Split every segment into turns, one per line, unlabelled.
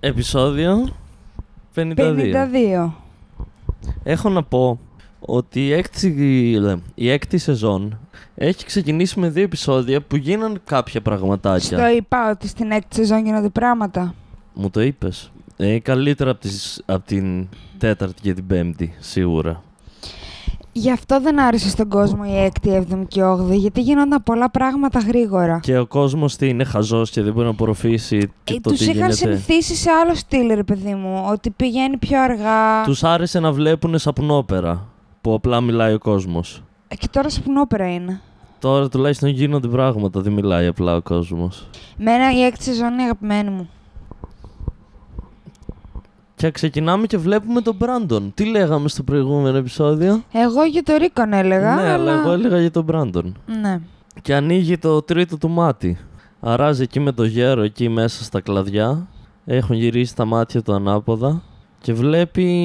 Επισόδιο 52.
52.
Έχω να πω ότι η έκτη, η έκτη σεζόν έχει ξεκινήσει με δύο επεισόδια που γίναν κάποια πραγματάκια.
Στο είπα ότι στην έκτη σεζόν γίνονται πράγματα.
Μου το είπες. Ε, καλύτερα από, τις, από την τέταρτη και την πέμπτη, σίγουρα.
Γι' αυτό δεν άρεσε στον κόσμο η έκτη, η έβδομη και η όγδοη, γιατί γίνονταν πολλά πράγματα γρήγορα.
Και ο κόσμος τι είναι χαζός και δεν μπορεί να απορροφήσει και
Ε,
το
τους
τι
είχαν
γίνεται.
συνηθίσει σε άλλο στυλ, ρε παιδί μου, ότι πηγαίνει πιο αργά.
Τους άρεσε να βλέπουν σαπνόπερα που απλά μιλάει ο κόσμος.
Ε, Και τώρα σαπνόπερα είναι.
Τώρα τουλάχιστον γίνονται πράγματα, δεν μιλάει απλά ο κόσμος.
Μένα η έκτη σεζόν είναι η αγαπημένη μου.
Και ξεκινάμε και βλέπουμε τον Μπράντον. Τι λέγαμε στο προηγούμενο επεισόδιο.
Εγώ για το Ρίκον έλεγα.
ναι, αλλά εγώ έλεγα για τον Μπράντον.
Ναι.
Και ανοίγει το τρίτο του μάτι. Αράζει εκεί με το γέρο, εκεί μέσα στα κλαδιά. Έχουν γυρίσει τα μάτια του ανάποδα. Και βλέπει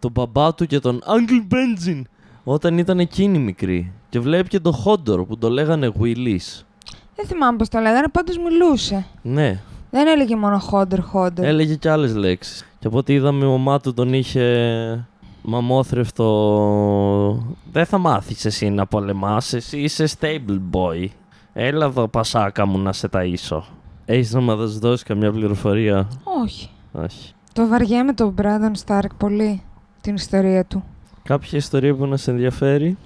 τον μπαμπά του και τον Uncle Benjin όταν ήταν εκείνη μικρή. Και βλέπει και τον Χόντορ που το λέγανε Willis.
Δεν θυμάμαι πώς το λέγανε, πάντως μιλούσε.
Ναι,
Δεν έλεγε μόνο χόντερ χόντερ.
Ναι.
έλεγε και άλλες λέξεις. Και από ό,τι είδαμε η μαμά του τον είχε μαμόθρευτο... Δεν θα μάθεις εσύ να πολεμάς, εσύ είσαι stable boy. Έλα εδώ πασάκα μου να σε ταΐσω. Έχεις να μας δώσεις καμιά πληροφορία.
Όχι.
Όχι.
Το βαριέμαι τον Μπράντον Στάρκ πολύ την ιστορία του.
Κάποια ιστορία που να σε ενδιαφέρει.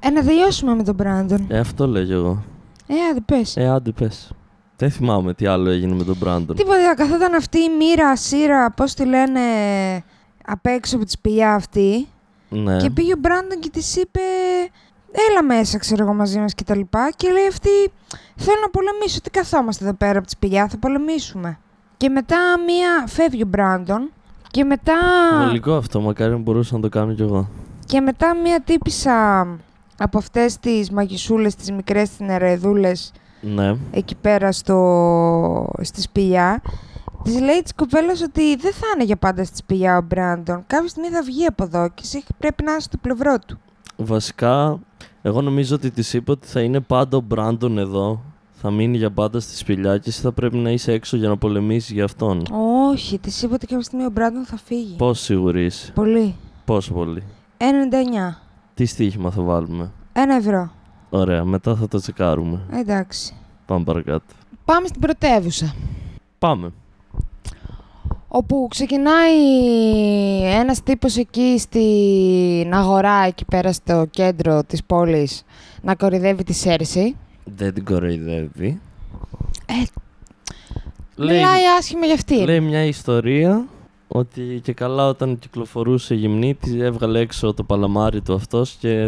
Ε, να τελειώσουμε με τον Μπράντον.
Ε, αυτό λέω κι εγώ.
Ε, άντε πες.
Ε, άντε πες. Δεν θυμάμαι τι άλλο έγινε με τον Μπράντον.
Τίποτα, καθόταν αυτή η μοίρα, σύρα, πώς τη λένε, απ' έξω από τη σπηλιά αυτή.
Ναι.
Και πήγε ο Μπράντον και της είπε, έλα μέσα, ξέρω εγώ, μαζί μας και τα λοιπά. Και λέει αυτή, θέλω να πολεμήσω. Τι καθόμαστε εδώ πέρα από της σπηλιά, θα πολεμήσουμε. Και μετά μία φεύγει ο Μπράντον. Και μετά.
Βολικό αυτό, μακάρι να μπορούσα να το κάνω κι εγώ.
Και μετά μία τύπησα από αυτές τις μαγισούλες, τις μικρές, τις νερεδούλες,
Ναι.
εκεί πέρα στο, στη σπηλιά, της λέει της κοπέλας ότι δεν θα είναι για πάντα στη σπηλιά ο Μπράντον. Κάποια στιγμή θα βγει από εδώ και εσύ πρέπει να είσαι στο πλευρό του.
Βασικά, εγώ νομίζω ότι της είπα ότι θα είναι πάντα ο Μπράντον εδώ. Θα μείνει για πάντα στη σπηλιά και εσύ θα πρέπει να είσαι έξω για να πολεμήσεις για αυτόν.
Όχι, της είπα ότι κάποια στιγμή ο Μπράντον θα φύγει.
Πώς σίγουρη είσαι,
Πολύ.
Πόσο πολύ.
99.
Τι στοίχημα θα βάλουμε.
Ένα ευρώ.
Ωραία, μετά θα το τσεκάρουμε.
Εντάξει.
Πάμε παρακάτω.
Πάμε στην πρωτεύουσα.
Πάμε.
Όπου ξεκινάει ένας τύπος εκεί στην αγορά, εκεί πέρα στο κέντρο της πόλης, να κορυδεύει τη Σέρση.
Δεν την κοροϊδεύει.
Ε,
Λέει,
Μιλάει άσχημα για αυτή.
λέει μια ιστορία ότι και καλά όταν κυκλοφορούσε γυμνή της έβγαλε έξω το παλαμάρι του αυτός και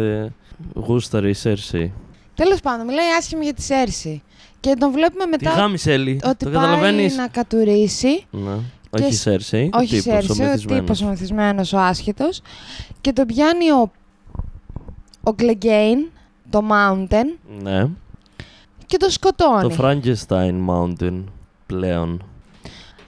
γούσταρε η Σέρσεϊ.
Τέλος πάντων, μιλάει άσχημα για τη Σέρση. Και τον βλέπουμε
Τη
μετά
γάμισε Έλλη.
ότι
Το
πάει
καταλαβαίνεις.
να κατουρίσει.
Ναι.
Και
Όχι
σ-
Σέρσεϊ.
Όχι η
τύπος,
Σέρση, ο
μεθυσμένος.
τύπος ο μεθυσμένος, ο άσχετος. Και τον πιάνει ο, ο Κλεγκέιν, το Mountain,
Ναι.
και τον σκοτώνει.
Το Frankenstein Mountain πλέον.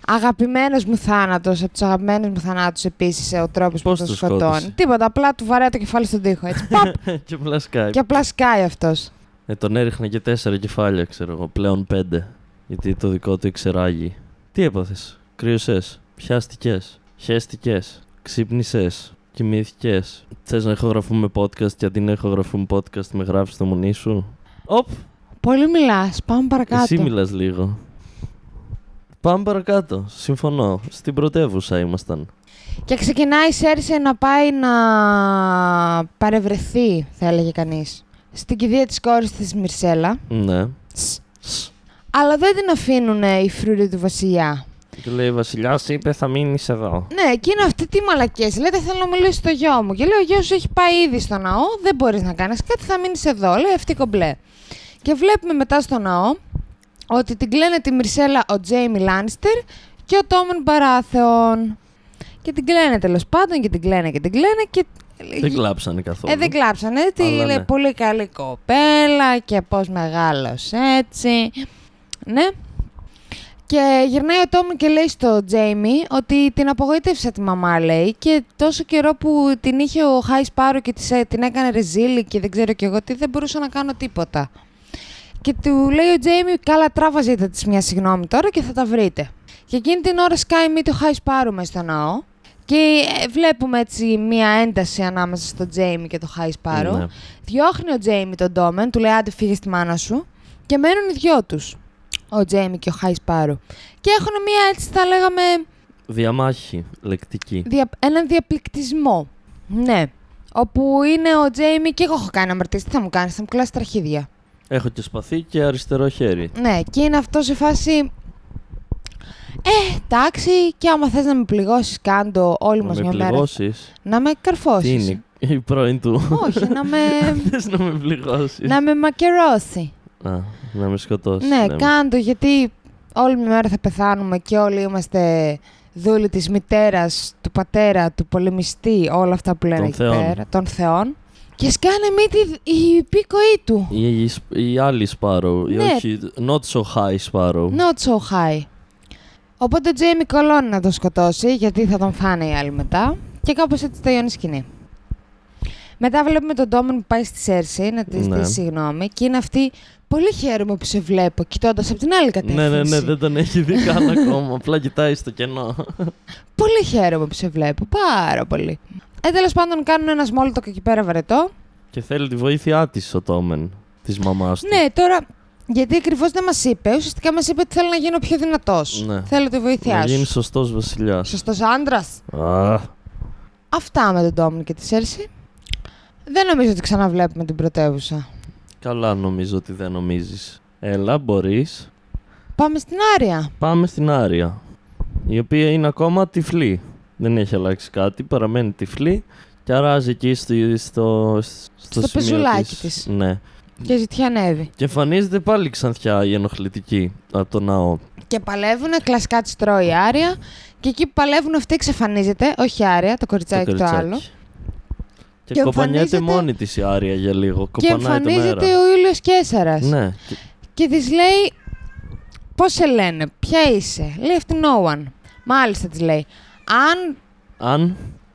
Αγαπημένος μου θάνατος, από τους αγαπημένους μου θανάτους επίσης ε, ο τρόπος
Πώς
που τον
τον
σκοτώνει.
σκότωσε?
Τίποτα, απλά του βαράει το κεφάλι στον τοίχο, έτσι, παπ,
και απλά Skype.
και απλά σκάει αυτός.
Ε, τον έριχνα και τέσσερα κεφάλια, ξέρω εγώ. Πλέον πέντε. Γιατί το δικό του εξεράγει. Τι έπαθες. Κρύωσες. Πιάστηκες. Χέστηκες. Ξύπνησες. Κοιμήθηκες. Θες να ηχογραφούμε podcast και αντί να ηχογραφούμε podcast με γράφεις το μουνί σου. Οπ.
Πολύ μιλάς, πάμε παρακάτω.
Εσύ μιλάς λίγο. Πάμε παρακάτω. Συμφωνώ. Στην πρωτεύουσα ήμασταν.
Και ξεκινάει η Σέρσε να πάει να παρευρεθεί, θα έλεγε κανείς, στην κηδεία της κόρης της Μυρσέλα.
Ναι.
Σ. Αλλά δεν την αφήνουν οι φρουροί του βασιλιά.
Του λέει η Βασιλιάς, είπε θα μείνεις εδώ.
Ναι, και είναι αυτή τι μαλακές. Λέτε, θέλω να μιλήσω στο γιο μου. Και λέει, ο γιος σου έχει πάει ήδη στο ναό, δεν μπορείς να κάνεις κάτι, θα μείνεις εδώ. Λέει αυτή κομπλέ. Και βλέπουμε μετά στο ναό ότι την κλαίνε τη Μυρσέλα ο Τζέιμι Λάνιστερ και ο Τόμεν Παράθεον. Και την κλαίνε τέλος πάντων και την κλαίνε και την κλαίνε και.
Δεν κλάψανε καθόλου.
Ε, δεν κλάψανε. Τη
Αλλά
λέει
ναι.
πολύ καλή κοπέλα και πώς μεγάλος έτσι. Ναι. Και γυρνάει ο Τόμι και λέει στο Τζέιμι ότι την απογοήτευσε τη μαμά, λέει. Και τόσο καιρό που την είχε ο Χάις Πάρο και της, ε, την έκανε ρεζίλη και δεν ξέρω κι εγώ τι, δεν μπορούσα να κάνω τίποτα. Και του λέει ο Τζέιμι, καλά τράβαζείτε της μια συγγνώμη τώρα και θα τα βρείτε. Και εκείνη την ώρα σκάει μύτη ο Χάι Σπάρου μες στο ναό. Και ε, βλέπουμε έτσι μια ένταση ανάμεσα στο Τζέιμι και το Χάις Σπάρου.
Ναι.
Διώχνει ο Τζέιμι τον Ντόμεν, του λέει άντε φύγε στη μάνα σου. Και μένουν οι δυο τους, ο Τζέιμι και ο Χάις Σπάρου. Και έχουν μια έτσι θα λέγαμε
Διαμάχη λεκτική.
δια- έναν διαπληκτισμό. Ναι. Όπου είναι ο Τζέιμι και εγώ έχω κάνει αμαρτίες, τι θα μου κάνεις, θα μου κλάσεις τα αρχίδια.
Έχω και σπαθί και αριστερό χέρι.
Ναι, και είναι αυτό σε φάση. Ε, εντάξει, και άμα θες να με πληγώσεις, κάντο όλη μα
Να
μια
με
μέρα.
πληγώσεις.
Να με
Τι
καρφώσει.
είναι η πρώην του.
Όχι, να με,
Θες να με πληγώσεις.
να με μακερώσει.
Α, να με σκοτώσεις.
ναι, κάντο, γιατί όλη μια μέρα θα πεθάνουμε και όλοι είμαστε δούλοι της μητέρας, του πατέρα, του πολεμιστή, όλα αυτά που λένε
Των
εκεί
θεών.
πέρα, των θεών. Και σκάνε μύτη η πίκοή του.
Η, η, η άλλη Sparrow. ή
Ναι.
όχι, not so high Sparrow.
Not so high. Οπότε ο Τζέιμι κολώνει να τον σκοτώσει, γιατί θα τον φάνε οι άλλοι μετά. Και κάπως έτσι τελειώνει η σκηνή. Μετά βλέπουμε τον Ντόμιν που πάει στη Σέρση να τη
Ναι.
ζητήσει συγγνώμη και είναι αυτή. Πολύ χαίρομαι που σε βλέπω, κοιτώντας από την άλλη
Ναι,
κατεύθυνση.
ναι, ναι, δεν τον έχει δει καν ακόμα. Απλά κοιτάει στο κενό.
Πολύ χαίρομαι που σε βλέπω. Πάρα πολύ. Ε, τέλος πάντων, κάνουν ένα σμόλτο εκεί πέρα βαρετό.
και θέλει τη βοήθειά της ο Τόμεν, της μαμάς του.
Ναι, τώρα. Γιατί ακριβώς δεν μας είπε, ουσιαστικά μας είπε ότι θέλω να γίνω πιο δυνατός.
Ναι.
Θέλω τη
Να
βοήθειά
γίνεις
σου.
σωστός βασιλιάς.
Σωστός άντρας. Αυτά με τον Ντόμιν και τη Σέρση. Δεν νομίζω ότι ξαναβλέπουμε την πρωτεύουσα.
Καλά, νομίζω ότι δεν νομίζεις. Έλα, μπορείς.
Πάμε στην Άρια.
Πάμε στην Άρια. Η οποία είναι ακόμα τυφλή. Δεν έχει αλλάξει κάτι, παραμένει τυφλή και αράζει εκεί στη- στο, στο,
Στο
σημείο
πεζουλάκι
της.
της.
Ναι.
Και ζητιανεύει.
Και εμφανίζεται πάλι ξανθιά η ενοχλητική από το ναό.
Και παλεύουν, κλασικά της τρώει η Άρια. Και εκεί που παλεύουν, αυτή εξαφανίζεται. Όχι η Άρια, το
Το
κοριτσάκι το,
κοριτσάκι.
άλλο.
Και,
Και
κοπανιέται
εμφανίζεται-
μόνη της η Άρια για λίγο.
Και
Κοπανάει το
εμφανίζεται
αέρα.
ο ήλιο Κέσσαρα.
Ναι. Και-
Και της λέει, Πώς σε λένε, Ποια είσαι. Λέει αυτή, No one. Μάλιστα της λέει, Αν,
Αν.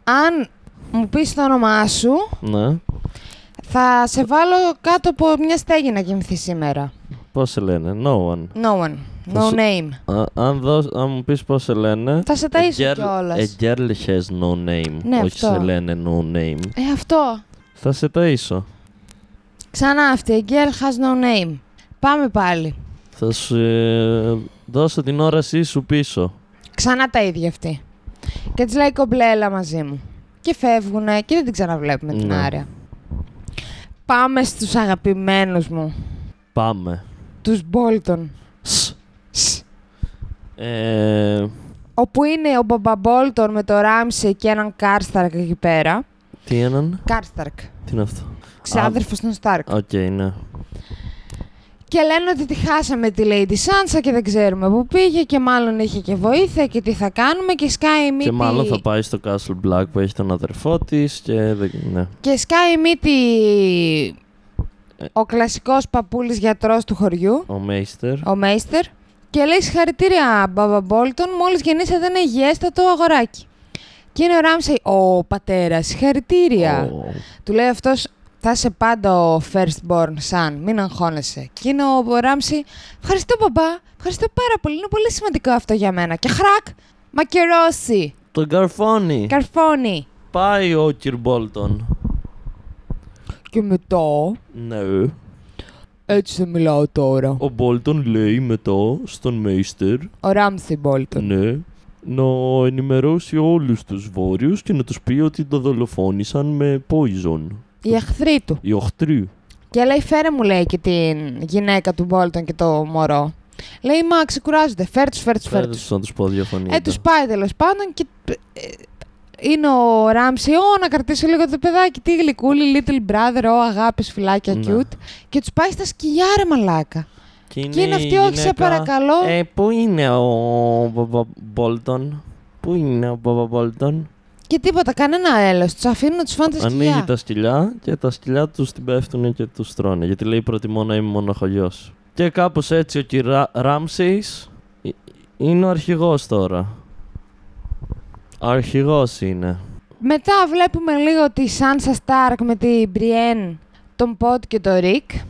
αν μου πεις το όνομά σου,
Ναι.
θα σε βάλω κάτω από μια στέγη να κοιμηθεί σήμερα.
Πώς σε λένε, No one.
No one.
Θα
No
σου-
name.
Α, αν, δώσ, αν μου πεις πώς σε λένε.
Θα σε
a
ταΐσω
girl-
κιόλας.
A girl has no name.
Ναι,
Όχι
αυτό.
σε λένε no name.
Ε, αυτό.
Θα σε ταΐσω.
Ξανά αυτή. A girl has no name. Πάμε πάλι.
Θα σου ε, δώσω την όρασή σου πίσω.
Ξανά τα ίδια αυτή. Και της λέει κομπλέλα μαζί μου. Και φεύγουνε και δεν την ξαναβλέπουμε την
Ναι.
άρια. Πάμε στους αγαπημένους μου.
Πάμε.
Τους Μπόλτον.
Σ. Ε,
Όπου είναι ο Μπομπα Μπόλτον με το Ράμσι και έναν Κάρσταρκ εκεί πέρα.
τι έναν,
Κάρσταρκ.
τι είναι αυτό.
Ξάδερφος των Στάρκ.
Οκ, ναι.
Και λένε ότι τη χάσαμε τη Lady Sansa και δεν ξέρουμε που πήγε και μάλλον είχε και βοήθεια και τι θα κάνουμε και σκάει η μύτη...
Και μάλλον θα πάει στο Castle Black που έχει τον αδερφό της και. δεν- Ναι.
Και σκάει η μύτη ο κλασικός παππούλης γιατρός του χωριού,
Ο Μέιστερ.
ο Μέιστερ, και λέει συγχαρητήρια μπαμπα Μπόλτον, μόλις γεννήσατε ένα υγιέστατο αγοράκι. Και είναι ο Ράμσεϊ, ο πατέρας, συγχαρητήρια.
Ο-
Του λέει αυτός, θα είσαι πάντα ο firstborn son, μην αγχώνεσαι. Και είναι ο Ράμσεϊ, ευχαριστώ μπαμπά, ευχαριστώ πάρα πολύ, είναι πολύ σημαντικό αυτό για μένα. Και χρακ, μακερώσει,
Τον Καρφώνη.
καρφώνει.
Πάει ο Κυρμπόλτον.
Και μετά,
Ναι.
έτσι δεν μιλάω τώρα.
Ο Μπόλτον λέει μετά στον Μέιστερ,
Ο Ράμσεϊ Μπόλτον.
ναι, να ενημερώσει όλους τους βόρειους και να τους πει ότι το δολοφόνησαν με poison.
Οι εχθροί του.
Οι οχτροί.
Και λέει, φέρε μου, λέει και την γυναίκα του Μπόλτον και το μωρό. Λέει, μα ξεκουράζονται. Φέρ του, φέρ του, φέρ του.
Φέρτους να τους πω διαφωνία.
Ε, τους πάει τέλος πάντων και. ε, Είναι ο Ράμσι, Ω, να κρατήσω λίγο το παιδάκι. Τι γλυκούλη, little brother, Ω, αγάπης, φυλάκια,
Ναι.
cute. Και τους πάει στα σκυλιά, ρε μαλάκα.
Και είναι,
και είναι
η
αυτή, όχι, σε
γυναίκα,
παρακαλώ.
Ε, πού είναι ο Μπαμπα Μπόλτον. Πού είναι ο Μπαμπα Μπόλτον.
Και τίποτα, κανένα έλο. Τους αφήνουν να τους φάνε τα
Ανοίγει
σκυλιά.
τα σκυλιά και τα σκυλιά τους την πέφτουν και τους τρώνε. Γιατί λέει προτιμώ να είμαι μοναχογειό. Και κάπως έτσι ο κυρα Ράμσεϊ είναι ο αρχηγός τώρα. Αρχηγός είναι.
Μετά βλέπουμε λίγο τη Σάνσα Στάρκ με την Μπριέν, τον Πότ και τον Ρικ. Ο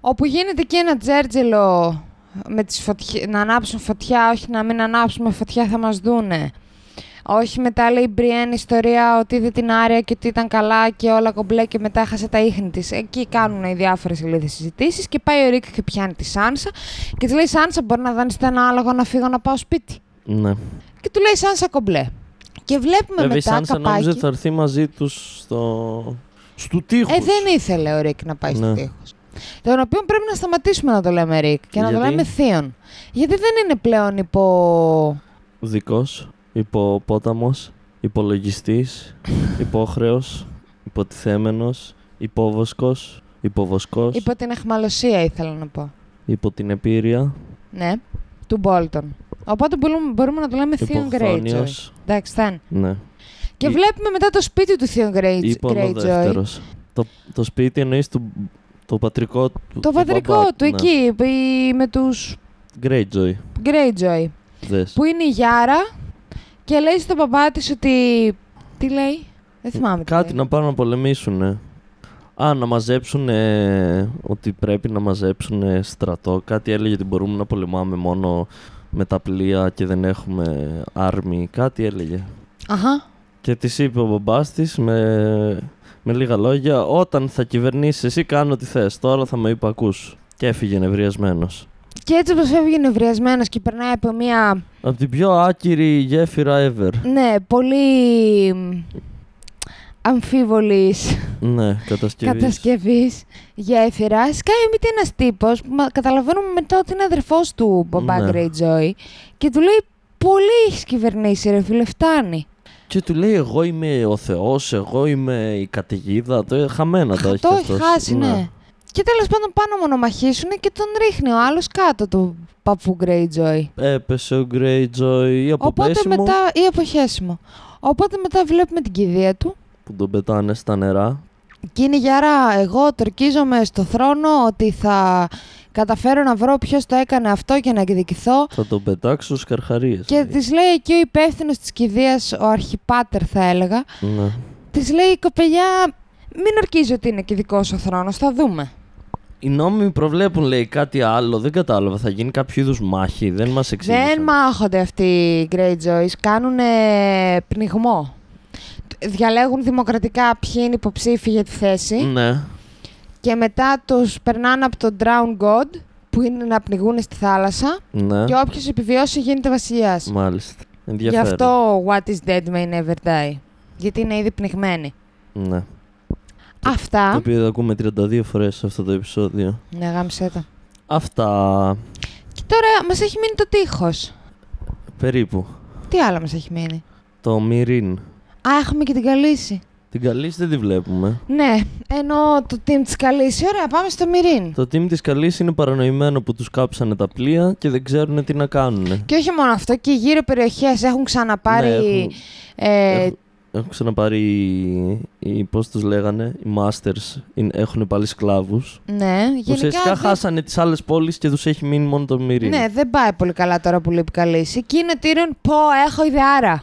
όπου γίνεται και ένα τζέρτζελο με τις φωτιέ- να ανάψουν φωτιά, όχι να μην ανάψουμε φωτιά θα μας δούνε. Όχι μετά λέει η Μπριέν ιστορία ότι είδε την Άρια και ότι ήταν καλά και όλα κομπλέ και μετά χάσε τα ίχνη της. Εκεί κάνουν οι διάφορες ηλίδες συζητήσεις και πάει ο Ρίκ και πιάνει τη Σάνσα και της λέει Σάνσα μπορεί να δάνεις ένα άλογο να φύγω να πάω σπίτι.
Ναι.
Και του λέει Σάνσα κομπλέ. Και βλέπουμε
Βέβαια η
μετά
Σάνσα νόμιζε ότι
καπάκι.
θα έρθει μαζί τους στο. Στους τείχου.
Ε, δεν ήθελε ο Ρίκ να πάει στο
Ναι.
τείχος. Τον οποίο πρέπει να σταματήσουμε να το λέμε Ρίκ και να το
Γιατί?
λέμε Θείον. Γιατί δεν είναι πλέον υπό.
Δικός. Υποπόταμος. Υπολογιστής. Υπόχρεο. Υποτιθέμενος. Υπόβοσκος. Υποβοσκός.
υπό την αχμαλωσία, ήθελα να πω.
Υπό την επίρρεια.
Ναι, του Μπόλτον. Οπότε μπορούμε, μπορούμε να το λέμε Θείον
Υποχθόνιο.
Greyjoy. Εντάξει, φτάνει.
Ναι.
Και
Ή-
βλέπουμε μετά το σπίτι του Θείον Grey- Greyjoy.
Υπονοδεύτερο. Το, το σπίτι εννοείς του. Το πατρικό του.
Το
του
πατρικό
μπαμπά
του,
ναι.
εκεί, η- με τους
Greyjoy.
Greyjoy.
Δες.
Που είναι η Γιάρα και λέει στον παπά της ότι. Τι λέει, Δεν θυμάμαι. τι
Κάτι
λέει.
να πάνε να πολεμήσουν. Α, να μαζέψουν. ε, ότι πρέπει να μαζέψουν ε, στρατό. Κάτι έλεγε ότι μπορούμε να πολεμάμε μόνο με τα πλοία και δεν έχουμε άρμη. Κάτι έλεγε.
Αχα.
Και της είπε ο μπαμπάς της με, με λίγα λόγια: Όταν θα κυβερνήσεις, εσύ κάνω ό,τι θες. Τώρα θα με υπακούς. Και έφυγε νευριασμένος.
Και έτσι όπως φεύγει νευριασμένο και περνάει από μια.
Από την πιο άκυρη γέφυρα ever.
Ναι, πολύ. μ, αμφίβολης
ναι, κατασκευής.
κατασκευής γέφυρας. Σκάει μύτη ένας τύπος που μα- καταλαβαίνουμε μετά ότι είναι αδερφός του Μπομπά
Ναι.
Greyjoy και του λέει: Πολύ έχεις κυβερνήσει, ρε φίλε, φτάνει.
Και του λέει: Εγώ είμαι ο Θεός, εγώ είμαι η καταιγίδα. Το ε, χαμένα τα έχεις
το έχει
αυτός.
χάσει, ναι. Και τέλος πάντων πάνω μονομαχήσουν και τον ρίχνει ο άλλος κάτω του παππού Greyjoy.
Έπεσε ο Greyjoy ή από
Οπότε
πέσιμο
μετά. ή από χέσιμο. Οπότε μετά βλέπουμε την κηδεία του.
που τον πετάνε στα νερά.
Και είναι γερά. Εγώ τορκίζομαι στο θρόνο ότι θα καταφέρω να βρω ποιος το έκανε αυτό και να εκδικηθώ.
Θα τον πετάξω στους καρχαρίες.
Και της λέει εκεί ο υπεύθυνος της κηδείας, ο αρχιπάτερ θα έλεγα.
Ναι.
Της λέει η κοπελιά, μην ορκίζει ότι είναι και δικός ο θρόνος, θα δούμε.
Οι νόμοι προβλέπουν, λέει, κάτι άλλο. Δεν κατάλαβα. Θα γίνει κάποιο είδους μάχη. Δεν μας εξήγησαν.
Δεν μάχονται αυτοί οι Greyjoys, κάνουν πνιγμό. Διαλέγουν δημοκρατικά ποιοι είναι υποψήφοι για τη θέση
Ναι.
και μετά τους περνάνε από τον Drown God που είναι να πνιγούν στη θάλασσα
Ναι.
και όποιος επιβιώσει γίνεται βασιλιάς.
Μάλιστα.
Γι'
Ενδιαφέρον.
αυτό What is dead may never die. Γιατί είναι ήδη πνιγμένοι.
Ναι. Το
Αυτά.
οποίο το ακούμε 32 φορές σε αυτό το επεισόδιο.
Ναι, γάμισε το.
Αυτά.
Και τώρα μας έχει μείνει το τείχος.
Περίπου.
Τι άλλο μας έχει μείνει.
Το Μυρίν.
Α, έχουμε και την καλύση.
Την καλή δεν τη βλέπουμε.
Ναι, ενώ το team της καλύση. Ωραία, πάμε στο Μυρίν.
Το team της καλής είναι παρανοημένο που τους κάψανε τα πλοία και δεν ξέρουν τι να κάνουν.
Και όχι μόνο αυτό, και οι γύρω περιοχές έχουν ξαναπάρει...
Ναι, έχουν-
ε,
έχουν- Έχουν ξαναπάρει οι, οι πώς τους λέγανε, οι masters, είναι- έχουν πάλι σκλάβους.
Ναι, γενικά...
Ουσιαστικά
δεν-
χάσανε τις άλλες πόλεις και τους έχει μείνει μόνο το Μυρίνη.
Ναι, δεν πάει πολύ καλά τώρα που λείπει καλύση. Και είναι τύρον, πω, έχω ιδεάρα.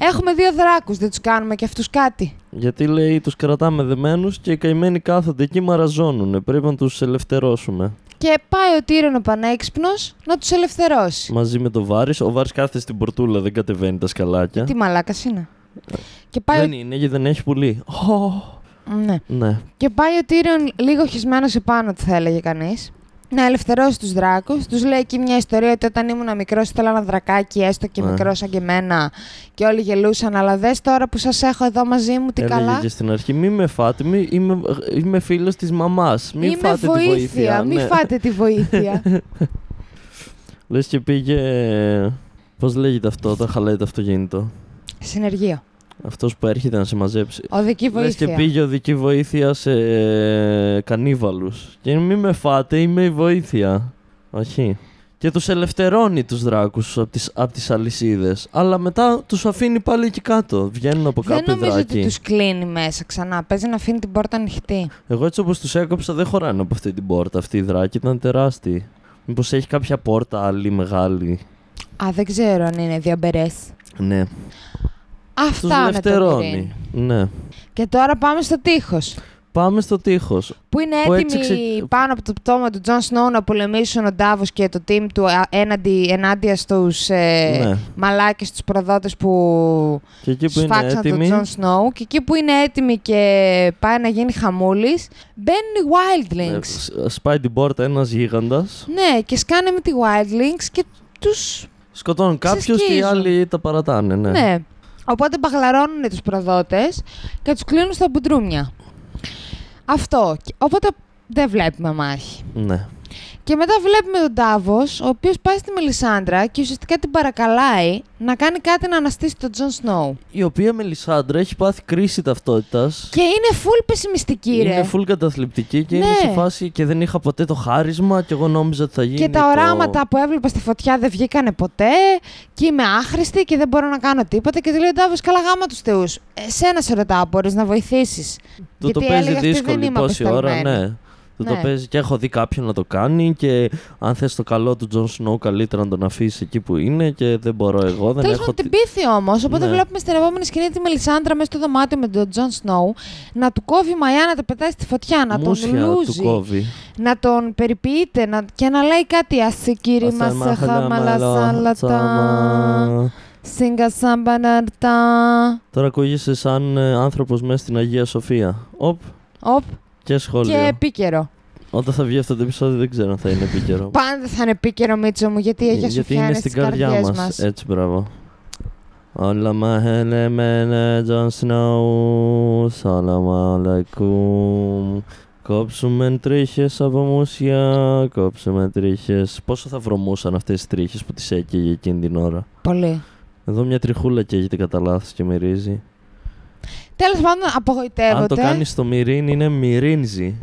Έχουμε δύο δράκους, δεν τους κάνουμε και αυτούς κάτι.
Γιατί λέει τους κρατάμε δεμένους και οι καημένοι κάθονται εκεί μαραζώνουν. Πρέπει να τους ελευθερώσουμε.
Και πάει ο Τύρον ο πανέξυπνος να τους ελευθερώσει.
Μαζί με τον Βάρης. Ο Βάρης κάθεται στην πορτούλα, δεν κατεβαίνει τα σκαλάκια.
Τι μαλάκας είναι. Και πάει,
Δεν είναι γιατί δεν έχει πουλί. Ω,
ο... ναι.
Ναι.
και πάει ο Τύρον λίγο χυσμένος επάνω του θα έλεγε κανείς. Να ελευθερώσει τους δράκους. Τους λέει εκεί μια ιστορία ότι όταν ήμουν μικρός ήθελα ένα δρακάκι έστω και
Ναι.
μικρός σαν και εμένα. Και όλοι γελούσαν, αλλά δες τώρα που σας έχω εδώ μαζί μου, τι
Έλεγε
καλά.
και στην αρχή, μη με φάτε, μη, είμαι, είμαι φίλος της μαμάς, μη
Είμαι
φάτε τη βοήθεια.
Μη
ναι.
φάτε τη βοήθεια.
Λες και πήγε, πώς λέγεται αυτό όταν χαλάει το αυτοκίνητο.
Συνεργείο.
Αυτός που έρχεται να σε μαζέψει.
Οδική
Λες και
βοήθεια.
πήγε οδική βοήθεια σε ε, κανίβαλους. Και μη με φάτε, είμαι η βοήθεια. Όχι. Και τους ελευθερώνει τους δράκους από τις, απ' τις αλυσίδες. Αλλά μετά τους αφήνει πάλι εκεί κάτω. Βγαίνουν από
Δεν
κάποιο
νομίζω
δράκι.
ότι τους κλείνει μέσα ξανά. Παίζει να αφήνει την πόρτα ανοιχτή.
Εγώ έτσι όπως τους έκοψα δεν χωράνε από αυτή την πόρτα. Αυτή η δράκη ήταν τεράστια. Μήπως έχει κάποια πόρτα άλλη μεγάλη.
Α, δεν ξέρω αν είναι διαμπερέ.
Ναι. Τους
Αυτά με το Μυρίν.
δευτερώνει. Ναι.
Και τώρα πάμε στο τείχος.
Πάμε στο τείχος.
Που είναι
Που
έτοιμοι
έτσι ξε-
πάνω από το πτώμα του Τζον Σνόου να πολεμήσουν ο Ντάβος και το team του α, έναντι, ενάντια στους ε,
Ναι.
μαλάκες, τους προδότες που
Και εκεί που είναι
σφάξαν τον
έτοιμοι.
Τζον Σνόου. Και εκεί που είναι έτοιμοι και πάει να γίνει χαμούλης, μπαίνουν οι
ε,
Wildlings.
σ- Σπάει την πόρτα ένας γίγαντας.
Ναι, και σκάνε με τη Wildlings και τους.
Σκοτώνουν κάποιου και οι
Ξεσκίζουν.
άλλοι τα παρατάνε. Ναι.
Ναι. Οπότε μπαγλαρώνουν τους προδότες και τους κλείνουν στα μπουντρούμια. Αυτό. Και- Οπότε δεν βλέπουμε μάχη.
Ναι.
Και μετά βλέπουμε τον Τάβος, ο οποίος πάει στη Μελισάνδρα και ουσιαστικά την παρακαλάει να κάνει κάτι να αναστήσει τον Τζον Σνόου.
Η οποία Μελισάντρα έχει πάθει κρίση ταυτότητας.
Και είναι full πεσημιστική, ρε.
Είναι full καταθλιπτική και είναι
Ναι.
σε φάση και δεν είχα ποτέ το χάρισμα και εγώ νόμιζα ότι θα γίνει.
Και τα
το-
οράματα που έβλεπα στη φωτιά δεν βγήκανε ποτέ και είμαι άχρηστη και δεν μπορώ να κάνω τίποτα. Και του λέει ο Ντάβο, καλά γάμα τους Θεούς. Εσένα σε ρωτάω, μπορείς να βοηθήσεις.
Του το παίζει δύσκολη πόση ώρα, ναι. Του το
Ναι.
παίζει και έχω δει κάποιον να το κάνει και αν θες το καλό του Τζον Σνόου καλύτερα να τον αφήσεις εκεί που είναι και δεν μπορώ εγώ, δεν
Τέλος
έχω...
πάντων,
τη-
την πείθει όμως. Οπότε
Ναι.
βλέπουμε στην επόμενη σκηνή τη Μελισάνδρα μέσα στο δωμάτιο με τον Τζον Σνόου να του κόβει μαλλιά, να τα πετάει στη φωτιά, να τον
Μουσια του
λούζει.
κόβει.
να τον περιποιείται να... και να λέει κάτι ασικύρι
Ασάν
μας
μαχαλαμαλα,
χαμαλασάλατα
τσάμα.
σίγκα σαμπαναρτά
Τώρα ακούγεσαι σαν ε, άνθρωπος μέσα στην Αγία Σοφία. Οπ,
Οπ,
και
και
σχόλιο.
επίκαιρο.
Όταν θα βγει αυτό το επεισόδιο δεν ξέρω αν θα είναι επίκαιρο.
Πάντα θα είναι επίκαιρο, Μίτσο μου, γιατί η Αγία
Ε, Γιατί
Σοφιά
είναι
είναι
στην
στις
καρδιά
καρδιές
μας. Ε.
μας.
Έτσι, μπράβο. Όλα μαχέλε μέλε Τζον Σνόου, σαλαμ αλαϊκούμ. Κόψουμε τρίχες από μουσια, κόψουμε τρίχες. Πόσο θα βρωμούσαν αυτές τις τρίχες που τις έκαιγε εκείνη την ώρα.
Πολύ.
Εδώ μια τριχούλα καίγεται κατά λάθος και μυρίζει.
Τέλος πάντων, απογοητεύονται.
Αν το κάνεις στο μυρίν, είναι μυρίνζι.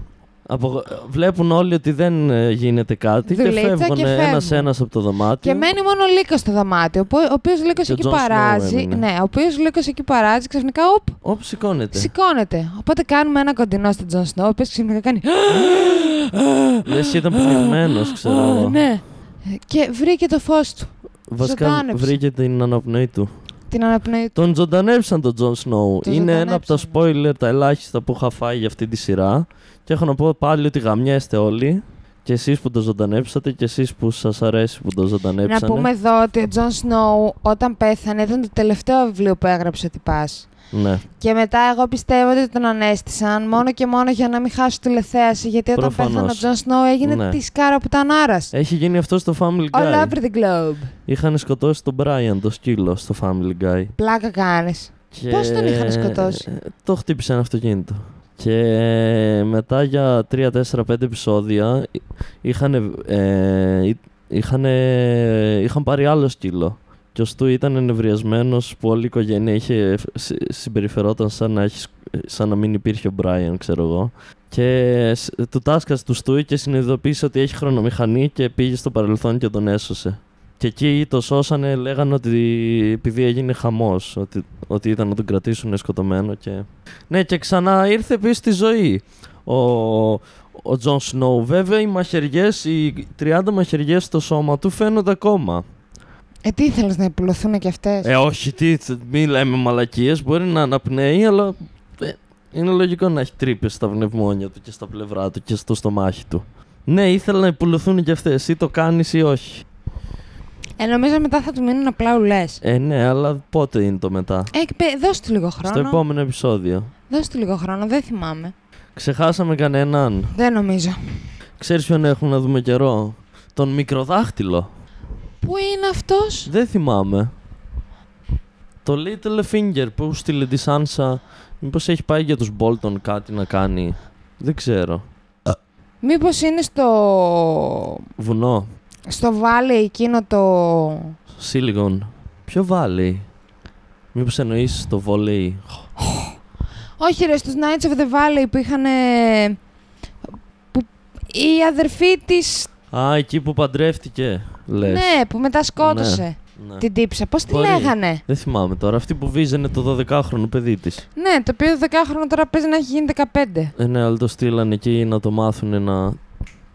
Απο... Βλέπουν όλοι ότι δεν ε, γίνεται κάτι
Δουλίτσα
και
και
φεύγουν
φεύγουν.
ένα-ένα από το δωμάτιο.
Και μένει μόνο ο Λύκος στο δωμάτιο, ο πο- ο οποίος Λύκος
Και ο
εκεί
Τζον Σνόου
παράζει.
έμεινε. Ε.
Ναι, ο οποίος Λύκος εκεί παράζει, ξαφνικά, οπ,
Όπου σηκώνεται.
σηκώνεται. Οπότε κάνουμε ένα κοντινό στον Τζον Σνόου, ο οποίος ξαφνικά κάνει...
Λες και ήταν πεθυγμένο, ξέρω
«Α,
εγώ.
ναι. Και βρήκε το φως του.
Βασικά
ζωντάνεψε.
βρήκε την αναπνοή του.
Την αναπνοή του.
Τον ζωντανέψαν τον Τζον Σνόου.
Τον
Είναι ένα από τα
ζωντανέψανε.
spoiler τα ελάχιστα που είχα φάει για αυτή τη σειρά. Και έχω να πω πάλι ότι γαμιέστε όλοι. Και εσείς που τον ζωντανέψατε και εσείς που σας αρέσει που τον
Να
ζωντανέψατε.
πούμε εδώ ότι ο Τζον Σνόου όταν πέθανε ήταν το τελευταίο βιβλίο που έγραψε ο τυπάς.
Ναι.
Και μετά εγώ πιστεύω ότι τον ανέστησαν μόνο και μόνο για να μην χάσουν τηλεθέαση. Γιατί όταν
Προφανώς.
πέθανε ο Τζον Σνόου έγινε
Ναι.
τη σκάρα που ήταν άρας.
Έχει γίνει αυτό στο Family Guy.
All over the globe.
Είχαν σκοτώσει τον Brian το σκύλο στο Family Guy.
Πλάκα κάνεις.
Και...
Πώς τον είχαν σκοτώσει?
Το χτύπησε ένα αυτοκίνητο. Και μετά για 3-4-5 επεισόδια είχαν, ε, είχαν, ε, είχαν πάρει άλλο σκύλο. Και ο Στου ήταν ενευριασμένος που όλη η οικογένεια είχε, συ- συμπεριφερόταν σαν να, έχεις, σκ- ε, σαν να μην υπήρχε ο Μπράιαν, ξέρω εγώ. Και σ- του τάσκασε του Στου και συνειδητοποίησε ότι έχει χρονομηχανή και πήγε στο παρελθόν και τον έσωσε. Και εκεί το σώσανε, λέγανε ότι επειδή έγινε χαμός, ότι, ότι ήταν να τον κρατήσουν σκοτωμένο. Και... Ναι, και ξανά ήρθε πίσω στη ζωή ο, ο Τζον Σνόου. Βέβαια, οι μαχαιριές, οι 30 μαχαιριές στο σώμα του φαίνονται ακόμα.
Ε, τι ήθελες να επιλωθούν κι αυτές.
Ε, όχι, τι, θε- μη λέμε μαλακίες, μπορεί να αναπνέει, αλλά ε, είναι λογικό να έχει τρύπες στα πνευμόνια του και στα πλευρά του και στο στομάχι του. Ναι, ήθελα να υπουλωθούν και αυτές, ή το κάνεις ή όχι.
Ε, νομίζω μετά θα του μείνουν απλά ουλές.
Ε, ναι, αλλά πότε είναι το μετά.
Ε, παι- δώσ' του λίγο χρόνο.
Στο επόμενο επεισόδιο.
Δώσ' του λίγο χρόνο, δεν θυμάμαι.
Ξεχάσαμε κανέναν.
Δεν νομίζω.
Ξέρεις ποιον έχουμε να δούμε καιρό. Τον μικροδάχτυλο.
Πού είναι αυτός.
Δεν θυμάμαι. Το Little Finger που στείλε τη Σάνσα. Μήπως έχει πάει για τους Bolton κάτι να κάνει. Δεν ξέρω.
Μήπως είναι στο.
Βουνό.
στο βάλε εκείνο το.
Silicon. Ποιο βάλει. Μήπως εννοείς το βολέι.
Όχι ρε, στους Knights of the Valley που είχαν... ε, Που... Η αδερφή της...
Α, εκεί που παντρεύτηκε. Λες.
Ναι, που μετά σκότωσε
Ναι.
την τύψα. Πώς τη
Μπορεί.
λέγανε.
Δεν θυμάμαι τώρα. Αυτή που βίζανε το 12χρονο παιδί της.
Ναι, το οποίο 12χρονο τώρα παίζει να έχει γίνει 15.
Ε, ναι, αλλά το στείλανε εκεί να το μάθουν να.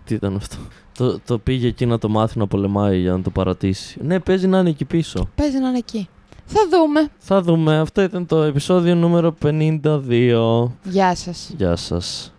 Τι ήταν αυτό. Το, το πήγε εκεί να το μάθει να πολεμάει για να το παρατήσει. Ναι, παίζει να είναι εκεί πίσω.
Παίζει να είναι εκεί. Θα δούμε.
Θα δούμε. Αυτό ήταν το επεισόδιο νούμερο 52.
Γεια σας.
Γεια σας.